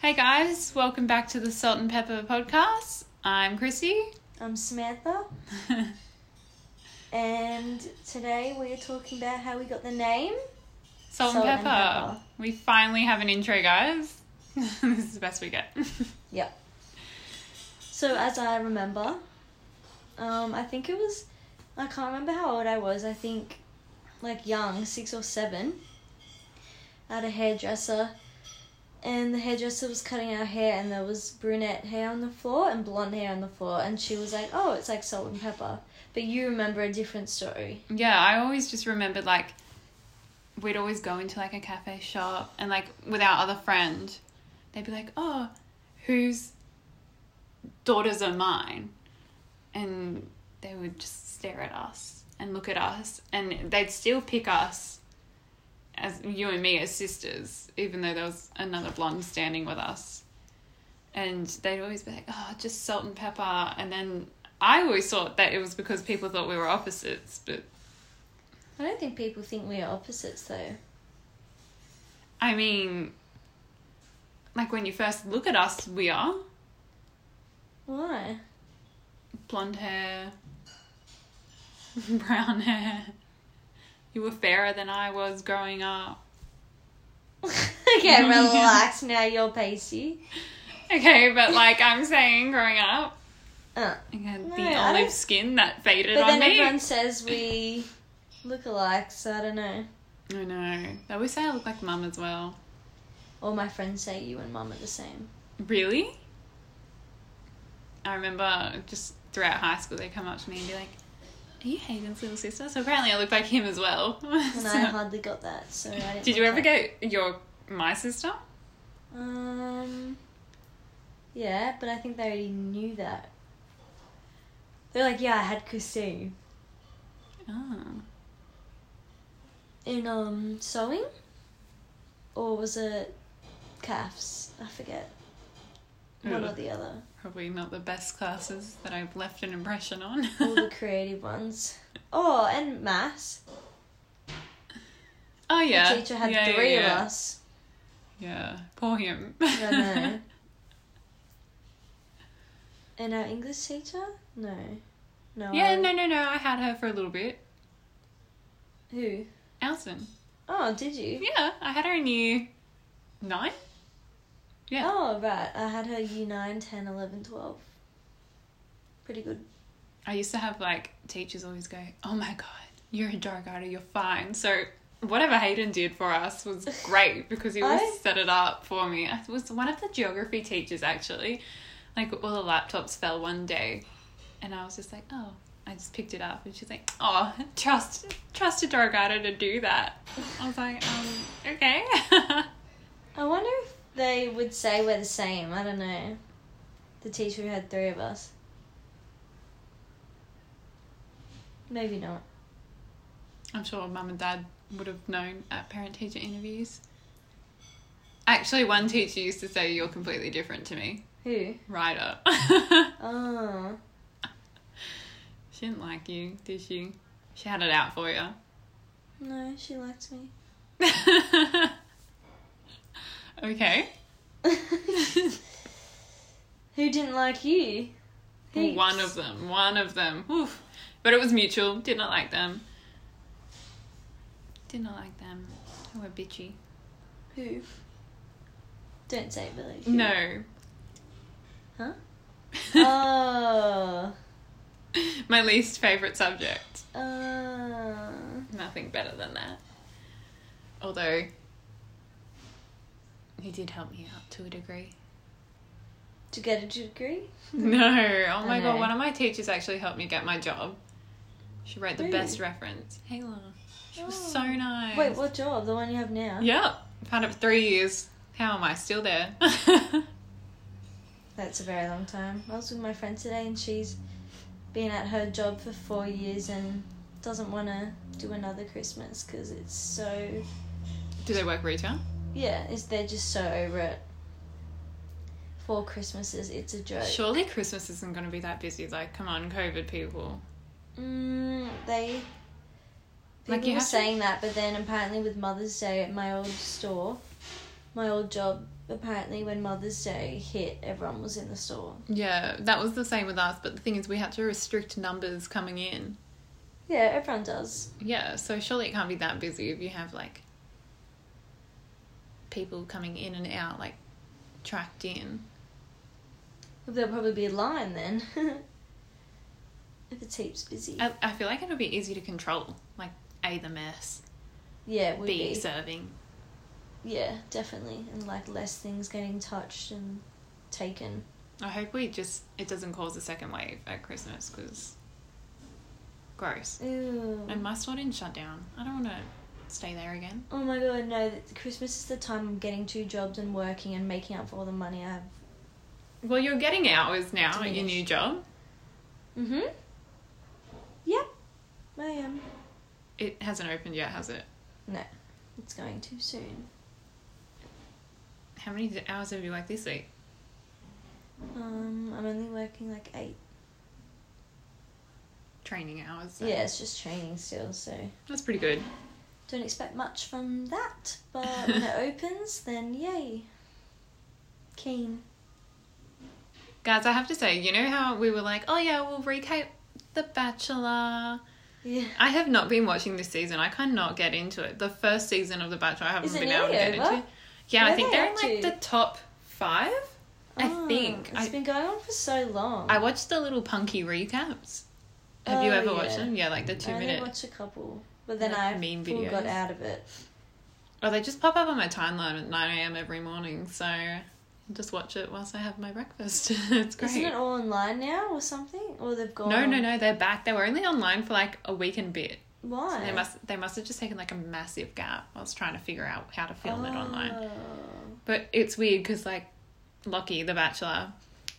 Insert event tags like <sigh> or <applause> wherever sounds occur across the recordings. Hey guys, welcome back to the Salt and Pepper podcast. I'm Chrissy. <laughs> I'm Samantha, and today we are talking about how we got the name. Salt, and, Salt and pepper. pepper. We finally have an intro, guys. <laughs> this is the best we get. <laughs> Yep. So, as I remember, um, I think it was, I can't remember how old I was, I think like young, six or seven. I had a hairdresser, and the hairdresser was cutting our hair, and there was brunette hair on the floor and blonde hair on the floor, and she was like, oh, it's like salt and pepper. But you remember a different story. yeah, I always just remembered like we'd always go into like a cafe shop and like with our other friend, they'd be like, "Oh, whose daughters are mine?" And they would just stare at us and look at us, and they'd still pick us as you and me as sisters, even though there was another blonde standing with us. And they'd always be like, "Oh, just salt and pepper," and then. I always thought that it was because people thought we were opposites, but I don't think people think we are opposites, though. I mean, like when you first look at us, we are Why? blonde hair, <laughs> brown hair. You were fairer than I was growing up. <laughs> <laughs> okay, relax now. You're pasty. Okay, but like I'm saying, growing up, Uh, I had No, the I olive don't- skin that faded but on then me. everyone says we look alike, so I don't know. I know. They always say I look like mum as well. All my friends say you and mum are the same. Really? I remember just throughout high school, they come up to me and be like, "Are you Hayden's little sister?" So apparently, I look like him as well. <laughs> And So- I hardly got that, so I didn't. Did look you ever like- get your my sister? Um. Yeah, but I think they already knew that. They're like, yeah, I had Christine Ah. Oh. in um sewing, or was it calves? I forget. One Ugh. or the <laughs> other. Probably not the best classes that I've left an impression on. All the creative ones. Oh, and maths. <laughs> oh yeah. The teacher had Yeah, yeah, three yeah. of us. Yeah. Poor him. I know. <laughs> and our English teacher? No. No. <laughs> yeah, I- no no no, I had her for a little bit. Who? Alison. Oh, did you? Yeah, I had her in year nine. Yeah. Oh, right. I had her year 9, 10, 11, 12. Pretty good. I used to have like teachers always go, Oh my god, you're a dark artist, you're fine. So whatever Hayden did for us was great because he always I- set it up for me. I was one of the geography teachers actually. Like all the laptops fell one day and I was just like, Oh, I just picked it up and she's like, Oh, <laughs> trust trust a dark artist to do that. <laughs> I was like, um, okay. <laughs> I wonder if they would say we're the same. I don't know. The teacher who had three of us. Maybe not. I'm sure mum and dad would have known at parent teacher interviews. Actually, one teacher used to say, You're completely different to me. Who? Ryder. Oh. <laughs> she didn't like you, did she? She had it out for you. No, she likes me. <laughs> okay. <laughs> <laughs> Who didn't like you? Heaps. One of them. One of them. Oof. But it was mutual. Did not like them. Did not like them. They were bitchy. Who? Don't say Billy. No. <laughs> Huh? oh. My least favourite subject. Uh, Nothing better than that. Although, he did help me out to a <laughs> degree. to get a degree? No. Oh my god, know. one of my teachers actually helped me get my job. She wrote the Really? best reference. Hala. She was so Oh. nice. Wait, what job? The one you have now? Yep. I've had it for three years. How am I still there? <laughs> That's a very long time. I was with my friend today and she's been at her job for four years and doesn't want to do another Christmas because it's so. Do they work retail? Yeah, it's, they're just so over it. Four Christmases, it's a joke. Surely Christmas isn't going to be that busy. Like, come on, COVID people. Mm, they people Like, you were have to- saying that, but then apparently with Mother's Day at my old store, my old job, apparently when Mother's Day hit, everyone was in the store. Yeah, that was the same with us, but the thing is, we had to restrict numbers coming in. Yeah, everyone does. Yeah, so surely it can't be that busy if you have like people coming in and out, like tracked in. There'll probably be a line then. <laughs> if it's heaps busy. I, I feel like it'll be easy to control, like A, the mess, yeah, it would B, be. serving. Yeah, definitely. And like less things getting touched and taken. I hope we just, it doesn't cause a second wave at Christmas because gross. Ew. And my store didn't shut down. I don't want to stay there again. Oh my god, no. th- Christmas is the time I'm getting two jobs and working and making up for all the money I have. Well, you're getting hours now at your Diminished. new job. Mm Mm-hmm. hmm. Yep. I am. It hasn't opened yet, has it? No. It's going too soon. How many hours have you worked this week? Um, I'm only working like eight. Training hours. so Yeah, it's just training still, so That's pretty good. don't expect much from that. But <laughs> when it opens, then yay. Keen. Guys, I have to say, you know how we were like, oh yeah, we'll recap The Bachelor. Yeah. I have not been watching this season. I cannot get into it. The first season of The Bachelor, I haven't Is it been able to nearly get over? into. Yeah, Where I think are they they're in up like to? the top five. Oh, I think. it's I, been going on for so long. I watched the little punky recaps. Have you Oh, ever watched yeah. them? Yeah, like the two I only minute. watched a couple, but then Like I meme full got videos. out of it. Oh, they just pop up on my timeline at 9 a.m. every morning, so I just watch it whilst I have my breakfast. <laughs> it's great. Isn't it all online now or something? Or they've gone? no, no, no, they're back. They were only online for like a week and bit. Why? So they must they must have just taken like a massive gap whilst trying to figure out how to film it online. Oh. But it's weird because like Lockie, the Bachelor,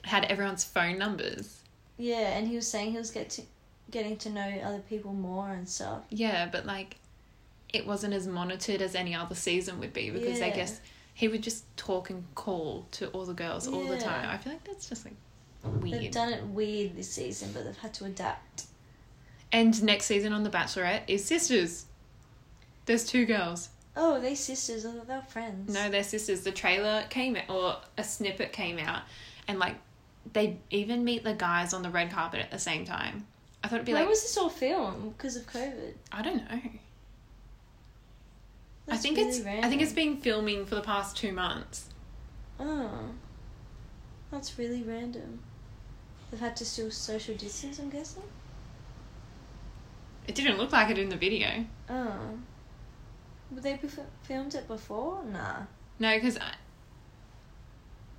had everyone's phone numbers. Yeah, and he was saying he was get to, getting to know other people more and stuff. Yeah, but like it wasn't as monitored as any other season would be because I Yeah. guess he would just talk and call to all the girls all the Yeah. time. I feel like that's just like They've weird. done it weird this season, but they've had to adapt. and next season on The Bachelorette is sisters. There's two girls. Oh, are they sisters? I thought they were friends. No, they're sisters. The trailer came out, or a snippet came out, and like they even meet the guys on the red carpet at the same time. I thought it'd be Where like, was this all filmed? Because of COVID. I don't know. I That's think really it's I random. think it's been filming for the past two months. Oh, that's really random. They've had to still social distance. I'm guessing. It didn't look like it in the video. Oh, would they be f- filmed it before? Nah. No, because I,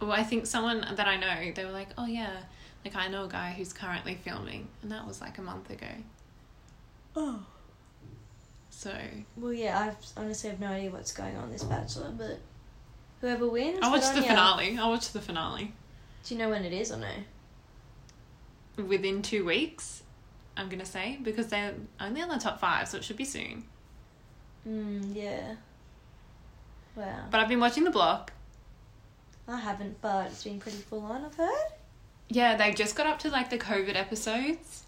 well, I think someone that I know, they were like, oh yeah, like I know a guy who's currently filming, and that was like a month ago. Oh. So Well, yeah. I honestly have no idea what's going on this Bachelor, but whoever wins. I good watched on the ya. finale. I watched the finale. Do you know when it is or no? within two weeks, I'm gonna say, because they're only on the top five, so it should be soon. Mm, yeah. Wow. But I've been watching The Block. I haven't, but it's been pretty full on. I've heard. Yeah, they just got up to like the COVID episodes,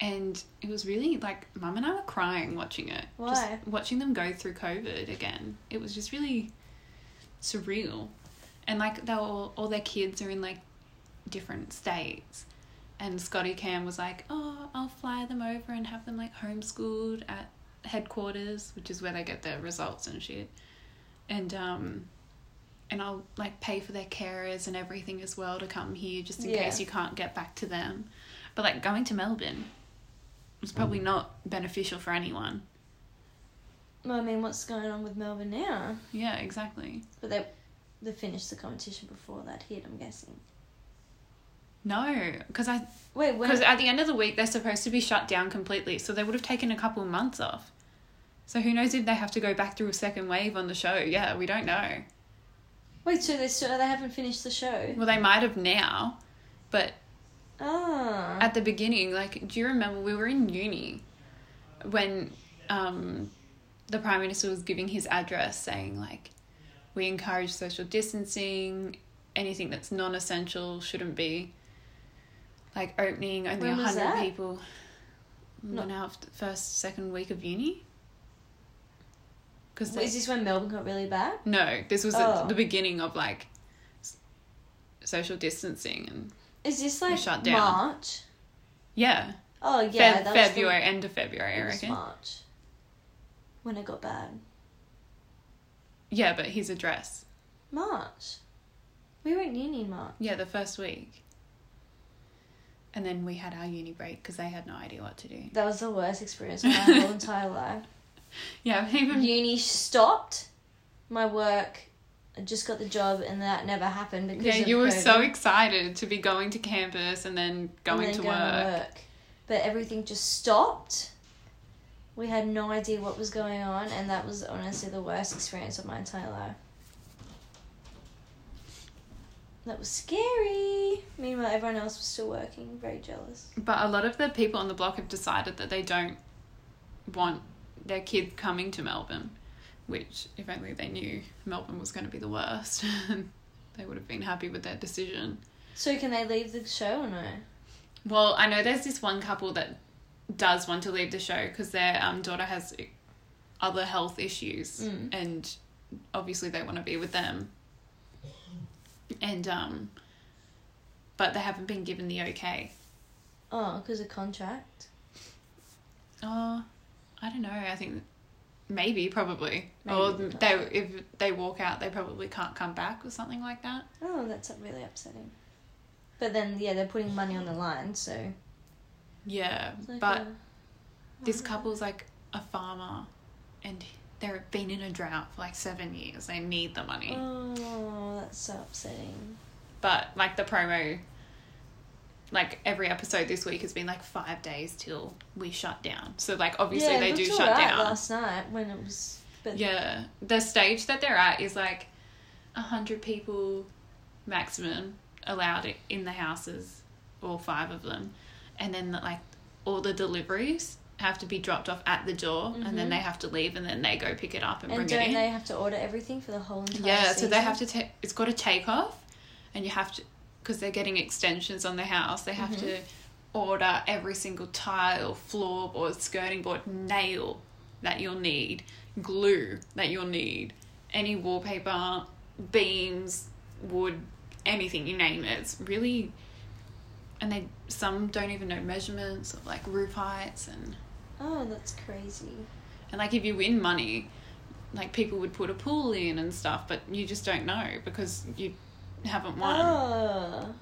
and it was really like mum and I were crying watching it. Why? Just watching them go through COVID again. It was just really surreal, and like they were all, all their kids are in like different states. And Scotty Cam was like, "Oh, I'll fly them over and have them like homeschooled at headquarters, which is where they get their results and shit." And um, and I'll like pay for their carers and everything as well to come here just in Yeah. case you can't get back to them. But like going to Melbourne was probably not beneficial for anyone. Well, I mean, what's going on with Melbourne now? Yeah, exactly. But they they finished the competition before that hit. I'm guessing. No, because I Wait, when? because at the end of the week they're supposed to be shut down completely, so they would have taken a couple months off. So who knows if they have to go back through a second wave on the show? Yeah, we don't know. Wait, so they still they haven't finished the show. Well, they might have now, but Ah. at the beginning, like, do you remember we were in uni when um, the prime minister was giving his address, saying like, we encourage social distancing. Anything that's non-essential shouldn't be like opening only When was hundred that? people. Not Not- now, first second week of uni. Because Is this when Melbourne got really bad? no, this was at Oh. the beginning of like s- social distancing and Is this like shut down. March? yeah, Oh yeah, Feb- that was the- February, end of February, it I was reckon. March. When it got bad. Yeah, but his address. March. We were in uni in March. Yeah, the first week. And then we had our uni break because they had no idea what to do. That was the worst experience of <laughs> my whole entire life. Yeah, but even Uni stopped. My work. I just got the job, and that never happened because yeah, of you were COVID. so excited to be going to campus and then And going then to work. But everything just stopped. We had no idea what was going on, and that was honestly the worst experience of my entire life. That was scary. Meanwhile, everyone else was still working. Very jealous. But a lot of the people on the block have decided that they don't want their kid coming to Melbourne, which, if only they knew Melbourne was going to be the worst, <laughs> they would have been happy with their decision. So, can they leave the show or no? Well, I know there's this one couple that does want to leave the show because their um, daughter has other health issues, Mm. and obviously they want to be with them. And um, but they haven't been given the okay. Oh, because of contract. Oh, I don't know. I think maybe probably, Maybe or they they if they walk out, they probably can't come back or something like that. Oh, that's really upsetting. But then, yeah, they're putting money on the line, so. Yeah, it's like uh, but a- this couple's like a farmer, and they've been in a drought for like seven years. They need the money, Oh, that's so upsetting. but like the promo. Like every episode this week has been like five days till we shut down. So like obviously yeah, it they looked do all shut right down. last night when it was. But Yeah, the stage that they're at is like a hundred people maximum allowed i- in the houses, all five of them, and then like all the deliveries have to be dropped off at the door, and then Mhm. they have to leave, and then they go pick it up and, and bring it don't in. they have to order everything for the whole entire? yeah, so they have season? to take. It's got a take off, and you have to because they're getting extensions on the house. They have Mhm. to order every single tile, floorboard, skirting board, nail that you'll need, glue that you'll need, any wallpaper, beams, wood, anything you name it. It's really. And they some don't even know measurements of like roof heights and Oh, that's crazy. and like if you win money, like people would put a pool in and stuff, but you just don't know because you haven't won. Oh,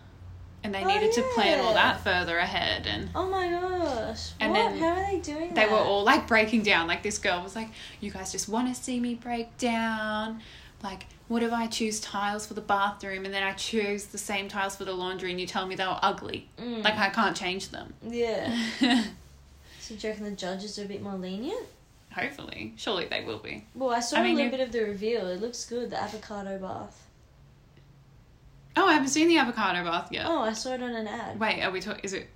And they Oh, needed to plan all yeah. that further ahead and oh my gosh! And what? then How are they doing? they that? were all like breaking down. Like this girl was like, You guys just wanna see me break down. Like, what if I choose tiles for the bathroom and then I choose the same tiles for the laundry and you tell me they were ugly? Mm. Like I can't change them. <laughs> yeah. So do you reckon the judges are a bit more lenient? Hopefully. Surely they will be. Well, I saw I mean, a little you- bit of the reveal. It looks good. The avocado bath. Oh, I haven't seen the avocado bath yet. Oh, I saw it on an ad. Wait, are we talking? Is it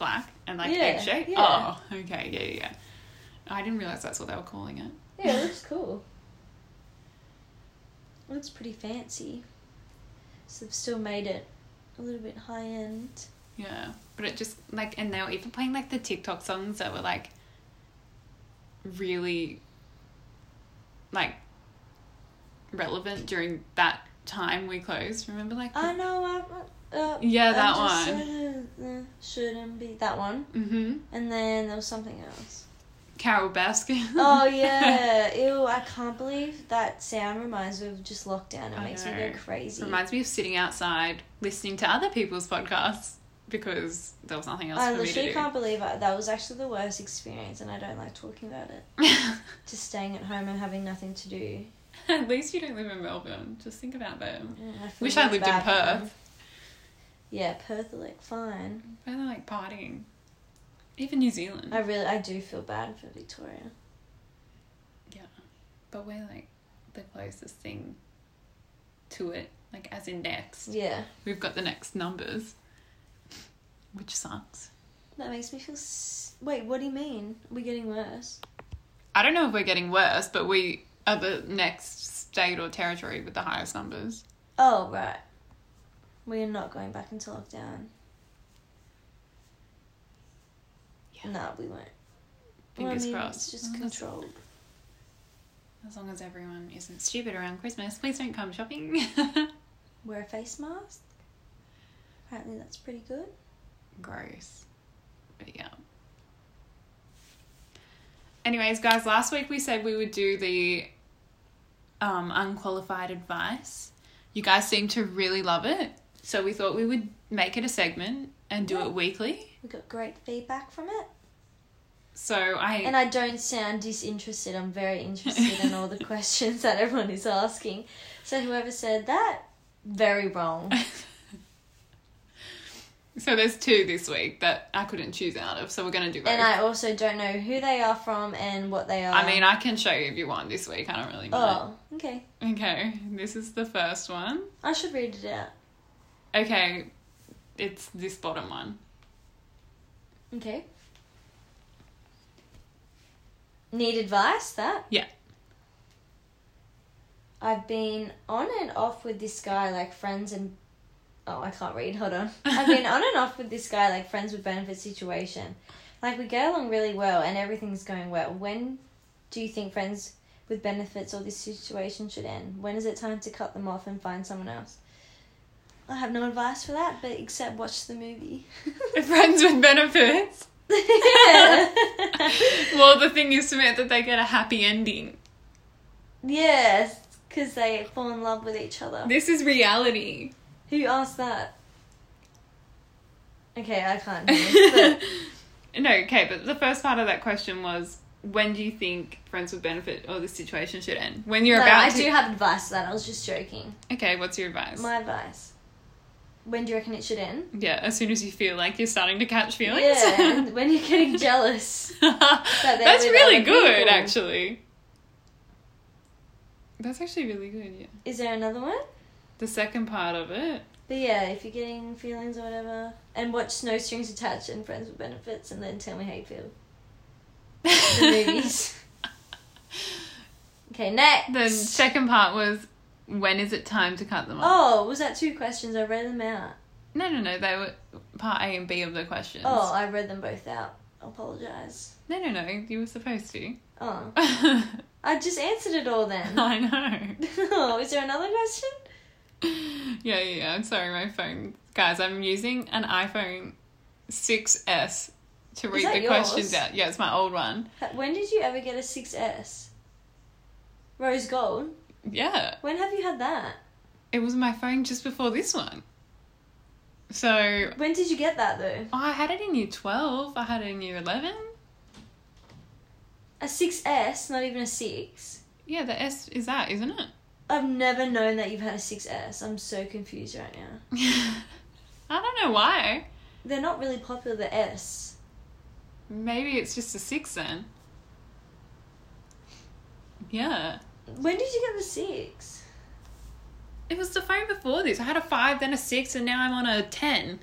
black and like Yeah, egg shape? yeah. Oh, okay, yeah, yeah, yeah. I didn't realize that's what they were calling it. Yeah, it looks cool. It looks pretty fancy. So they've still made it a little bit high end. Yeah, but it just like, and they were even playing like the TikTok songs that were like really like relevant during that time we closed. Remember, like, I know I. Uh, Yeah, that I just one. Shouldn't, shouldn't be that one, mm-hmm. and then there was something <laughs> else. Carol Baskin. <laughs> Oh yeah, ew! I can't believe that sound reminds me of just lockdown. It I makes me know. go crazy. Reminds me of sitting outside listening to other people's podcasts because there was nothing else I for me to literally do. Uh, can't believe I, that was actually the worst experience, and I don't like talking about <laughs> it. Just staying at home and having nothing to do. <laughs> At least you don't live in Melbourne. Just think about them. Mm, I feel Wish I really lived in bad for them. Perth. Yeah, Perth are like fine. Where they like partying. Even New Zealand. I really, I do feel bad for Victoria. But we're like the closest thing to it. Like as in next. Yeah, We've got the next numbers. Which sucks. that makes me feel. S- Wait, what do you mean? Are we getting worse? I don't know if we're getting worse, but we are the next state or territory with the highest numbers. Oh, right. We are not going back into lockdown. Yeah. No, we won't. Well, I Fingers mean, crossed. It's just Oh, that's- controlled. As long as everyone isn't stupid around Christmas, please don't come shopping. <laughs> Wear a face mask. Apparently, that's pretty good. Gross. But yeah. Anyways, guys, last week we said we would do the um, unqualified advice. You guys seem to really love it. So we thought we would make it a segment and do Yeah. it weekly. We got great feedback from it. So I. And I don't sound disinterested. I'm very interested in <laughs> all the questions that everyone is asking. So, whoever said that, very wrong. so there's two this week that I couldn't choose out of. So we're going to do both. And uh, I also don't know who they are from and what they are. I mean, I can show you if you want this week. I don't really mind. Oh, okay. Okay, this is the first one. I should read it out. Okay, it's this bottom one. <laughs> Okay. Need advice? That? Yeah. I've been on and off with this guy, like friends and. Oh, I can't read. Hold on. I've been on and off with this guy, like friends with benefit situation. Like, we get along really well and everything's going well. When do you think friends with benefits or this situation should end? When is it time to cut them off and find someone else? I have no advice for that, but except watch the movie. <laughs> Friends with benefits. yes, <laughs> Well, the thing is, Samantha, they get a happy ending. <laughs> because they fall in love with each other. This is reality. Who asked that? Okay, I <laughs> can't. hear no, this, okay, but the first part of that question was when do you think friends with benefit or the situation should end? When but- you're no, about I to. do have advice for that. I was just joking. Okay, what's your advice? My advice. When do you reckon it should end? yeah, as soon as you feel like you're starting to catch feelings. <laughs> Yeah, and when you're getting jealous. they're That's with really other good, people. actually. That's actually really good, yeah. Is there another one? The second part of it. But yeah, if you're getting feelings or whatever, and watch No Strings Attached and Friends with Benefits, and then tell me how you feel. The <laughs> movies. okay, next. The second part was when is it time to cut them off? Oh, was that two questions? I read them out. No, no, no. They were part A and B of the questions. Oh, I read them both out. I apologize. No, no, no. You were supposed <laughs> to. Oh, I I just answered it <laughs> all then. <laughs> know. oh, is there another question? Yeah, yeah, yeah. I'm sorry, my phone. Guys, I'm using an iPhone 6S to read that the yours? questions out. Yeah, it's my old one. Ha- When did you ever get a 6S? Rose gold? Yeah. When have you had that? It was my phone just before this one. So When did you get that though? I had it in year 12, I had it in year 11. A 6S, not even a 6. Yeah, the S is that, isn't I've never known that you've had a 6S. I'm so confused right now. it? <laughs> I don't know why. They're not really popular, the S. Maybe it's just a 6 then. Yeah. When did you get the 6? It was the phone before this. I had a 5, then a 6, and now I'm on a 10.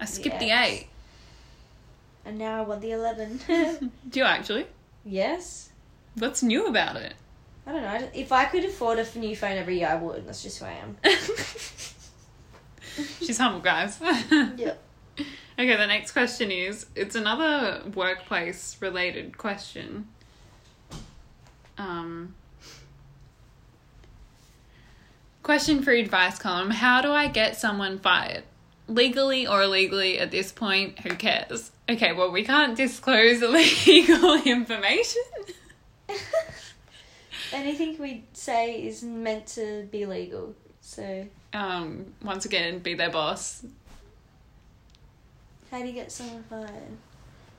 I skipped Yes. And now I want the 11. the 8. <laughs> Do you actually? <laughs> yes? What's new about it? I don't know. I don't- If I could afford a f- new phone every year, I would. That's just who I am. She's humble, guys. Yep. <laughs> Okay, the next question is it's another workplace related question. Um, question for advice column How do I get someone fired? Legally or illegally at this point, who cares? Okay, well, we can't disclose <laughs> illegal information. <laughs> Anything we say is meant to be legal. So, Um, once again, be their boss. how do you get someone fired?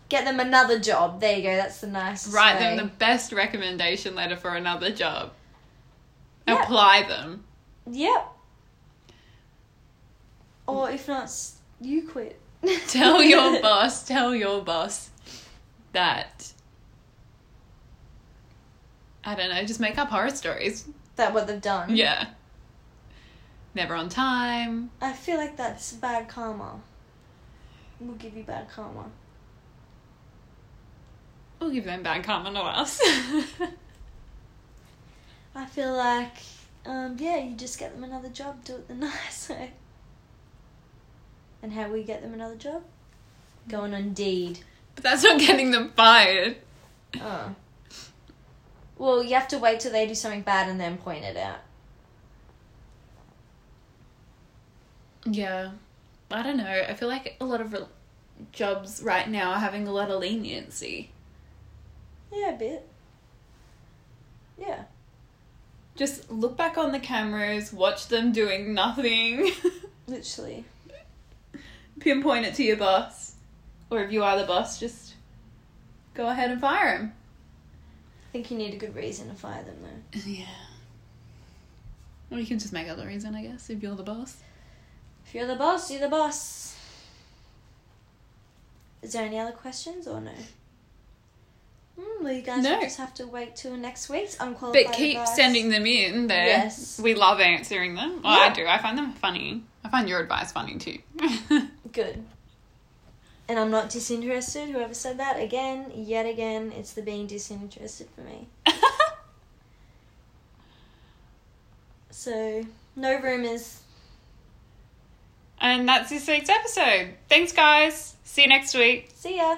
Get them another job. There you go. That's the nicest Write way. them the best recommendation letter for another job. Yeah. Apply them. Yep. Or if not, s- you quit. <laughs> tell <laughs> <laughs> your boss, tell your boss that I don't know, just make up horror stories. that what they've done. Yeah. Never on time. I feel like that's bad karma. We'll give you bad karma. We'll give them bad karma, not us. <laughs> I feel like, um, yeah, you just get them another job, do it the <laughs> nice way. And how we get them another job? Going on Deed. but that's not getting them fired. Oh. Well, you have to wait till they do something bad and then point it out. Yeah. I don't know. I feel like a lot of re- jobs right now are having a lot of leniency. Yeah, a bit. Yeah. Just look back on the cameras, watch them doing nothing, <laughs> Literally. pinpoint it to your boss. Or if you are the boss, just go ahead and fire him. I think you need a good reason to fire them, though. Yeah. Or you can just make up the reason, I guess, if you're the boss. If you're the boss, you're the boss. Is there any other questions or no? Mm, well, you guys No. will just have to wait till next week's unqualified But keep advice. sending them in. There, Yes. we love answering them. Well, I Yeah. do. I find them funny. I find your advice funny too. <laughs> Good. And I'm not disinterested. Whoever said that again, yet again, it's the being disinterested for me. So no rumors. and that's this week's episode. Thanks, guys. See you next week. See ya.